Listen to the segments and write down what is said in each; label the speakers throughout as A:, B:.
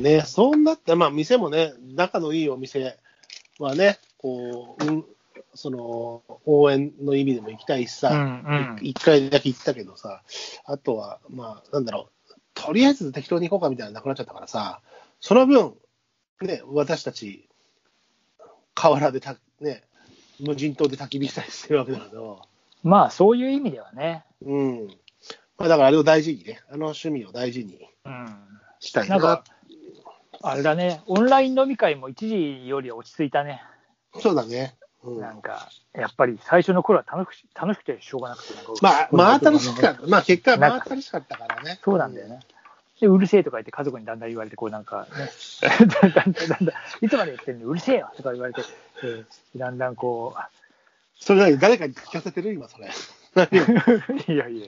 A: ね、そんなって、まあ、店もね、仲のいいお店はね、こう、うん、その、応援の意味でも行きたいし
B: う
A: さ、
B: ん
A: 一、回だけ行ったけどさ、あとは、まあ、なんだろう、とりあえず適当に行こうかみたいなのなくなっちゃったからさ、その分、ね、私たち、河原でた、ね、無人島で焚き火したりしてるわけだけど、
B: うん。まあ、そういう意味ではね。
A: うん。まあ、だからあれを大事にね、あの趣味を大事に
B: うん。
A: したい
B: な
A: なん
B: か、あれだね、オンライン飲み会も一時より落ち着いたね。
A: そうだね。うん
B: なんか、やっぱり最初の頃は楽し楽しくてしょうがなくて、なんか
A: まあ、真新しかった。まあ、結果、
B: なん
A: 真
B: か
A: 新しかったからね。
B: そうなんだよね。で、うるせえとか言って家族にだんだん言われて、こうなんかね、だんだんだんだん、いつまで言ってんのうるせえよとか言われて、えーだんだんこ
A: それなりに誰かに聞かせてる今、それ。何を
B: う、いやいやいや、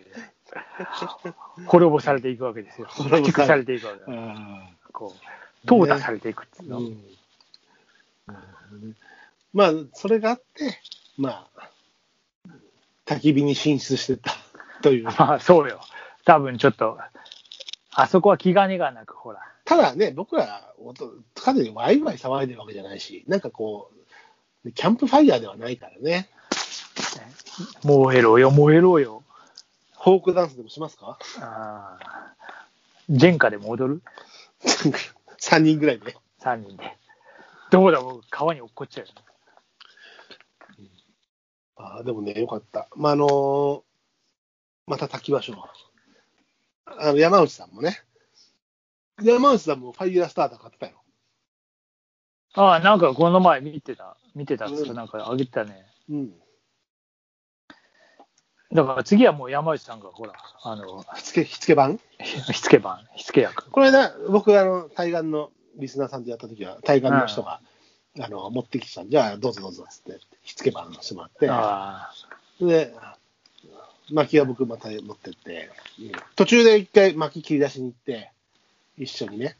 B: 滅ぼされていくわけですよ。
A: 滅ぼされ
B: 駆逐されていくわけ。こう、淘汰されていくっていう
A: う
B: の。
A: んまあ、それがあって、まあ、焚き火に進出して ったという。
B: まあ、そうよ。多分ちょっと、あそこは気兼ねがなく、ほら。
A: ただね、僕ら、おとかなりワイワイ騒いでるわけじゃないし、なんかこう、キャンプファイヤーではないからね。
B: 燃えろよ、燃えろよ。
A: フォークダンスでもします か
B: ああ。ジェンカで戻る
A: ?3 人ぐらいで。
B: ?3 人で。どうだ、僕、川に落っこっちゃうよ。
A: ああ、でもね、よかった。まあ、あのーまた炊きましょう。あの、山内さんもね。山内さんもファイヤースターター買ってたよ。
B: ああ、なんかこの前見てた。見てたっつうか
A: うん
B: なんかあげてたね。
A: うん。
B: だから次はもう山内さんが、ほら、あの、
A: 火付け、火付け版
B: 火付け版、火付け役。
A: この間、僕、あの、対岸のリスナーさんとやった時は、対岸の人が、あの、持ってきてたんでじゃあ、どうぞどうぞ、つって、火付け版してもらっ
B: ああ。
A: て、で、薪は僕また持ってって、うん途中で一回薪切り出しに行って、一緒にね、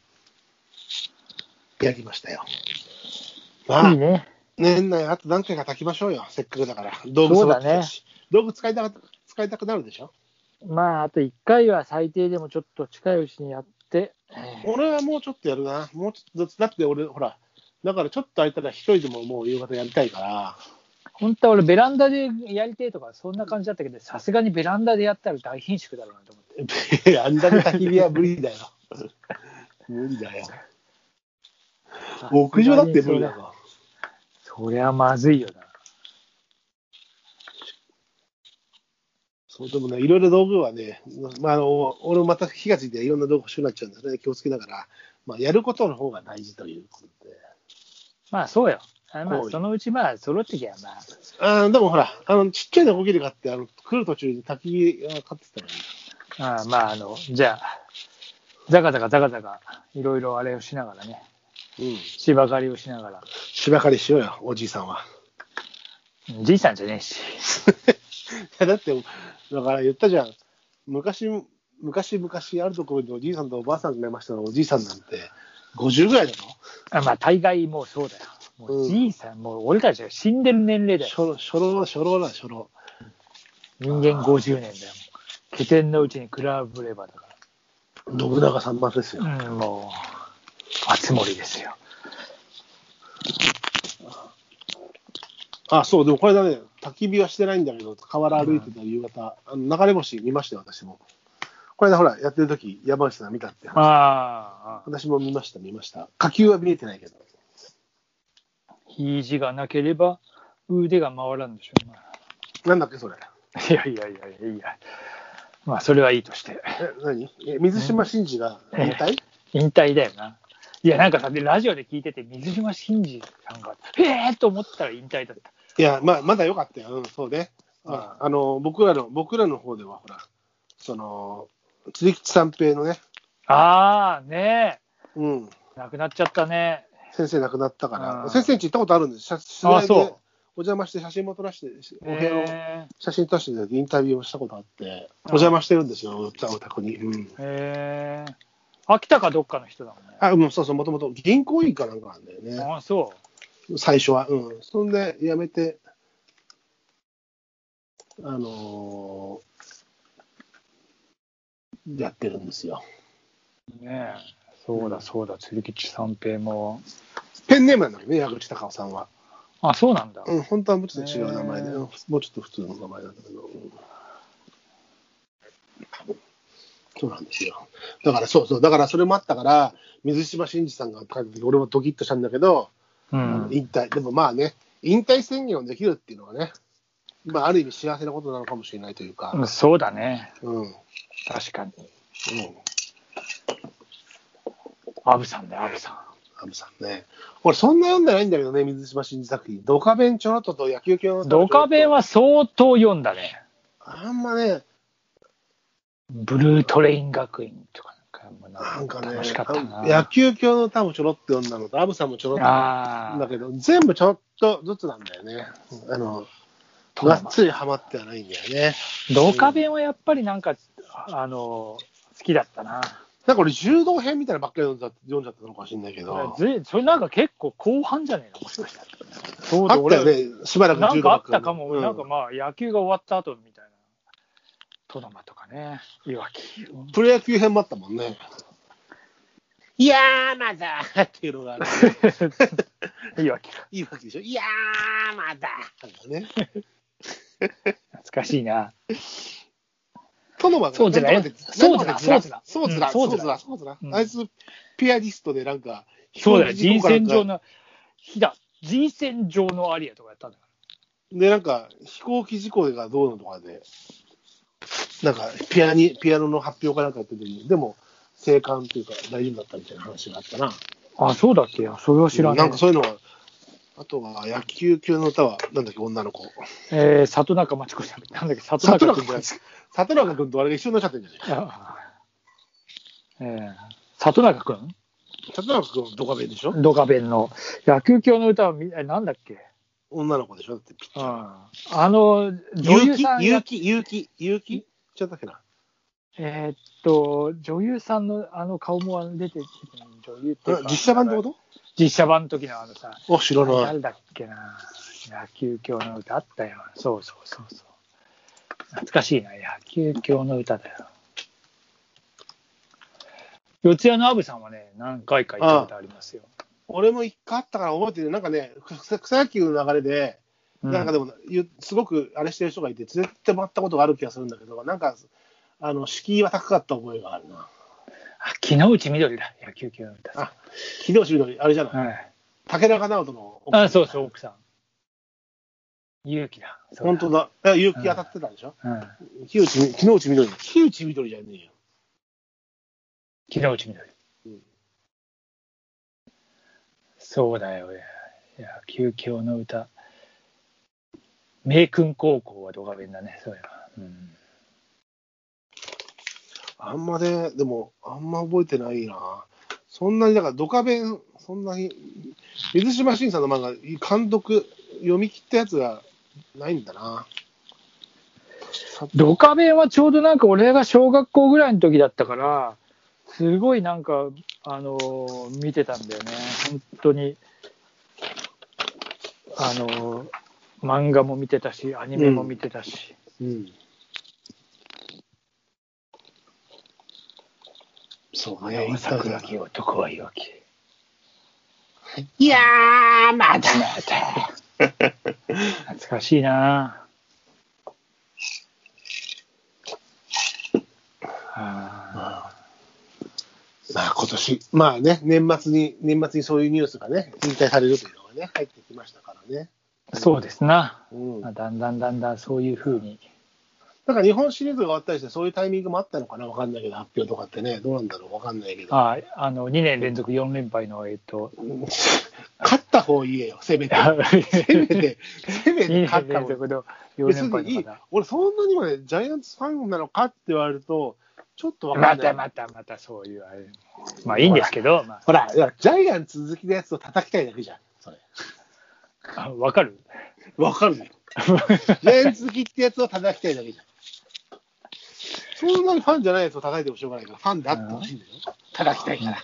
A: やりましたよ。まあ
B: いいね。
A: 年内あと何回か炊きましょうよ、せっかくだから。道具揃ってるし道具使いたく使いたくなるでしょ。
B: まあ、あと1回は最低でもちょっと近いうちにやって、え
A: 俺はもうちょっとやるな。もうちょっと、だって俺、ほら、だからちょっと空いたら一人でももう夕方やりたいから、
B: ー本当は俺ベランダでやりてえとか、そんな感じだったけど、さすがにベランダでやったら大貧縮だろうなと思って。
A: あんだけ焚き火は無理だよ。無理だよ。 屋上だって無理だ
B: さす
A: よ。
B: がにそれ。そりゃまずいよな。
A: そう、でもね、いろいろ道具はね、まあ、あの俺もまた火がついていろんな道具欲しくなっちゃうんですね、気をつけながら、まあ、やることの方が大事ということで。
B: まあ、そうよ。あまあ
A: こう、
B: そのうちまあ、揃ってきゃ、まあ、
A: あーでもほら、あの、ちっちゃいのこぎり買って、あの、来る途中に焚き火が買ってたのに。
B: ああまあ、あの、じゃあ、ザカザカザカザカ、いろいろあれをしながらね、
A: うん。
B: 芝刈りをしながら、
A: 芝刈りしようよ、おじいさんは。
B: うんじいさんじゃねえし、
A: いやだって、だから言ったじゃん。昔、昔、昔あるところにおじいさんとおばあさんがいましたのおじいさんなんて、50ぐらいだ
B: あまあ、大概もうそうだよ。もう
A: うん
B: じいさん、もう俺たちが死んでる年
A: ろ
B: 齢だ
A: 初
B: よ。
A: 老、初老、初老だ、初老。
B: 人間50年だよ。気天のうちに比べればだか
A: 信長さんまですよ。
B: ら。うん、もう、熱盛ですよ。
A: あ、そう、でもこれだね、焚き火はしてないんだけど、河原歩いてた夕方、あの流れ星見ましたよ、私も。これだ、ほら、やってる時山内さんが見たって話。
B: ああ、
A: 私も見ました、見ました。火球は見えてないけど。
B: 肘がなければ腕が回らんでしょう、まあ
A: なんだっけ、それ。
B: いやいやいやいやいや。まあ、それはいいとして。
A: え、何え、水島新司が
B: うん
A: 引退
B: 引退だよな。いや、なんかさ、でラジオで聞いてて、水島新司さんが、えーっと思ったら引退だった。
A: いや、まあ、まだ良かったよ。うん、そうね。ああの、僕らの、僕らの方では、ほら、その、釣吉三平のね、
B: あー、ね
A: うん、
B: え、亡くなっちゃったね。
A: 先生亡くなったか
B: あー
A: ら、先生に行ったことあるんです。写取
B: あ
A: 材で
B: そう
A: お邪魔して写真も撮らせて、お部屋の
B: え
A: 写真撮らせていただいてインタビューをしたことあって、お
B: あ
A: 邪魔してるんですよ、お宅に。うん。
B: ー、えー、秋田かどっかの人だもんね。
A: あ、うん、そうそう、もともと銀行員かなんかなんだよね。
B: ああ、そ
A: 最初は。うん。そんで、辞めて、あのーやってるんですよ。
B: う。ねえ、そうだそうだ、鶴吉三平も。
A: ペンネームなのよね、矢口隆夫さんは。
B: あ、そうなんだ。
A: うん、本当はもうちょっと違う名前で、
B: へー
A: うんもうちょっと普通の名前なんだけど。うんそうなんですよ。だから、そうそう、だからそれもあったから、水島新司さんが書いた時、俺もドキッとしたんだけど、
B: うん。
A: 引退、でもまあね、引退宣言をできるっていうのはね、まあ、ある意味幸せなことなのかもしれないというか、
B: うんそうだね。
A: うん、うん、
B: 確かに。アブさんだよ、アブさん。
A: アムさんね。俺、そんな読んでないんだけどね、水島新司作品。ドカベンちょろっとと野球系の。
B: ドカベン
A: は。
B: は相当読んだね。
A: あんまね、
B: ブルートレイン学院とかなんかもう
A: な
B: なんんか
A: かね、
B: 楽しかったな。
A: 野球教の歌もちょろっと読んだのと、アブさんもちょろっと読
B: あ
A: んだ
B: あ、
A: けど、全部ちょろっとずつなんだよね。あの、がっつりハマってはないんだよね。
B: ドカベンはやっぱりなんか、あの、好きだったな。
A: なんか俺、柔道編みたいなのばっかり読んじゃ読んじゃったのかもしれないけど、
B: ずいそれなんか結構後半じゃねえのもしかしたら。そう
A: あ
B: だ、
A: ったよ
B: 俺、
A: ね、しばらく
B: なん
A: 柔道
B: かあ
A: ばっ
B: っ
A: り
B: たかも、
A: うん
B: なんかまあ野球が終わった後みたいな。トナマとかね、いわき。
A: プロ野球編もあったもんね。いやー、まだーっていうのがある。
B: いわきか。
A: いいわけでしょ。いやー、まだーね。
B: 懐かしいな。
A: トノマが
B: そうじゃない
A: なんとかでなんとかで
B: そうじゃない
A: そうずら、
B: そ
A: そうう
B: じ
A: ず
B: ゃな
A: ら、そうずら
B: う。ん
A: あいつ、ピアニストでなんか、
B: そうだよ、人選上
A: の。
B: の、ひだ、人選上のアリアとかやったんだか
A: で、なんか、飛行機事故がどうのとかで、なんか、ピアニ、ピアノの発表かなんかやってて、でも、生還というか、大丈夫だったみたいな話があったな。
B: ら。あ、そうだっけそれは知らな。
A: ないんかそういうのは、あとは、野球級の歌は、なんだっけ、女の子。
B: えー、里中町子さん。なんだっけ、里
A: 里
B: 中
A: 中君
B: 君じゃなくて。
A: 里中君とあれが一緒になっちゃってるんじゃない
B: ああえー里中君
A: 里中君はドカベンでしょ
B: ドカベンの野球教の歌はみ、えなんだっけ
A: 女の子でしょだって、ピッチャー。
B: あの、女優
A: 結
B: さ
A: 城
B: んや
A: 結、城結城結城ちゃったっけな。
B: えーっと、女優さんのあの顔も出て、女優っていうか
A: 実写版ってこと
B: 実写版の時のあのさ、
A: あ、知ら
B: な
A: ない。
B: んだっけな、野球教の歌あったよ。そうそうそうそう。懐かしいな、野球教の歌だよ。四谷のアブさんはね、何回か行ったことありますよ。
A: 俺も一回あったから覚えてる。なんかね、草草野球の流れで、なんかでも、ゆすごくあれしてる人がいて、連れてもらったことがある気がするんだけど、なんか、あの、敷居は高かった覚えがあるな。
B: あ、木之内緑だ、野球系の歌。
A: あ秀吉のあれじゃない、
B: はい、
A: 竹中直人の奥さん
B: あそうそう、奥さん。勇気だ。そう
A: 本当だ。え、勇気当たってたでしょ、
B: だ。うん。
A: 木内み、木内緑。木内緑じゃねえよ。
B: 木之内緑。
A: うん
B: そうだよ、いや野球系の歌。名君高校はドカベンだね、そうや。うん
A: あんまね、でも、あんま覚えてないな。そんなに、だから、ドカベン、そんなに、水島新さんの漫画、監督、読み切ったやつがないんだな。
B: ドカベンはちょうどなんか俺が小学校ぐらいの時だったから、すごいなんか、あのー見てたんだよね。本当に、あのー漫画も見てたし、アニメも見てたし。
A: うん。そうね、いた
B: 桜木男は弱き。
A: いやー、まだ。
B: 懐かしいなあ
A: まあ今年、まあね、年末に、年末にそういうニュースがね、引退されるというのがね、入ってきましたからね。
B: ーそうですな。
A: うん。
B: まあだんだんだんだんそういうふうに。
A: だから日本シリーズが終わったりして、そういうタイミングもあったのかな、わかんないけど、発表とかってね、どうなんだろう、わかんないけど、
B: あーあの、2年連続4連敗の、えっと、
A: 勝った方言えよ、せめて。せめ て、せめ
B: 2
A: て
B: 年
A: 勝った
B: 連
A: 方
B: 続の4
A: 別
B: 連敗
A: にい
B: の
A: い
B: 方。
A: 俺、そんなにもね、ジャイアンツファンなのかって言われると、ちょっとわか
B: ま
A: んな
B: た
A: い。
B: またまたそういうあれ。まあいいんですけど、ま
A: ほら、いやジャイアンツ続きのやつを叩きたいだけじゃん、それ。
B: あ、わかる
A: わかるよ。ジャイアンツ好きってやつを叩きたいだけじゃん。そんなにファンじゃないやつを叩いてもしょうがないから、ファンであってほしいんだよ。叩 きたいから。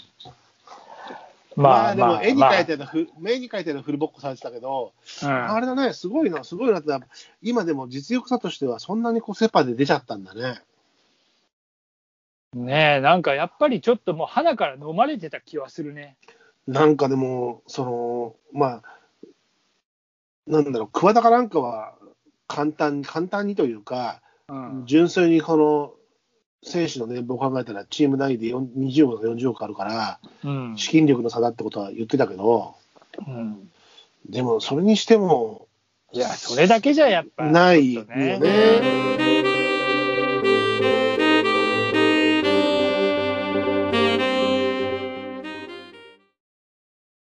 A: ま
B: ま
A: あ
B: あ
A: でも
B: まあ。
A: 絵に描い
B: て
A: たの、ふ絵に描いたのフルボッコされてたけど、あ
B: あ
A: れだね、すごいな、すごいなって、今でも実力差としてはそんなにこうセパで出ちゃったんだね。
B: ねえ、なんかやっぱりちょっともう花から飲まれてた気はするね。
A: なんかでも、その、まあ、なんだろう、桑田かなんかは、簡単に、簡単にというか、
B: うん。
A: 純粋にこの、選手の年俸を考えたら、チーム内で4 20億とか40億あるから、
B: うん。
A: 資金力の差だってことは言ってたけど、
B: うん、
A: でも、それにしても、
B: いや、それだけじゃやっぱ、
A: ないよ
B: ちょっと
A: ね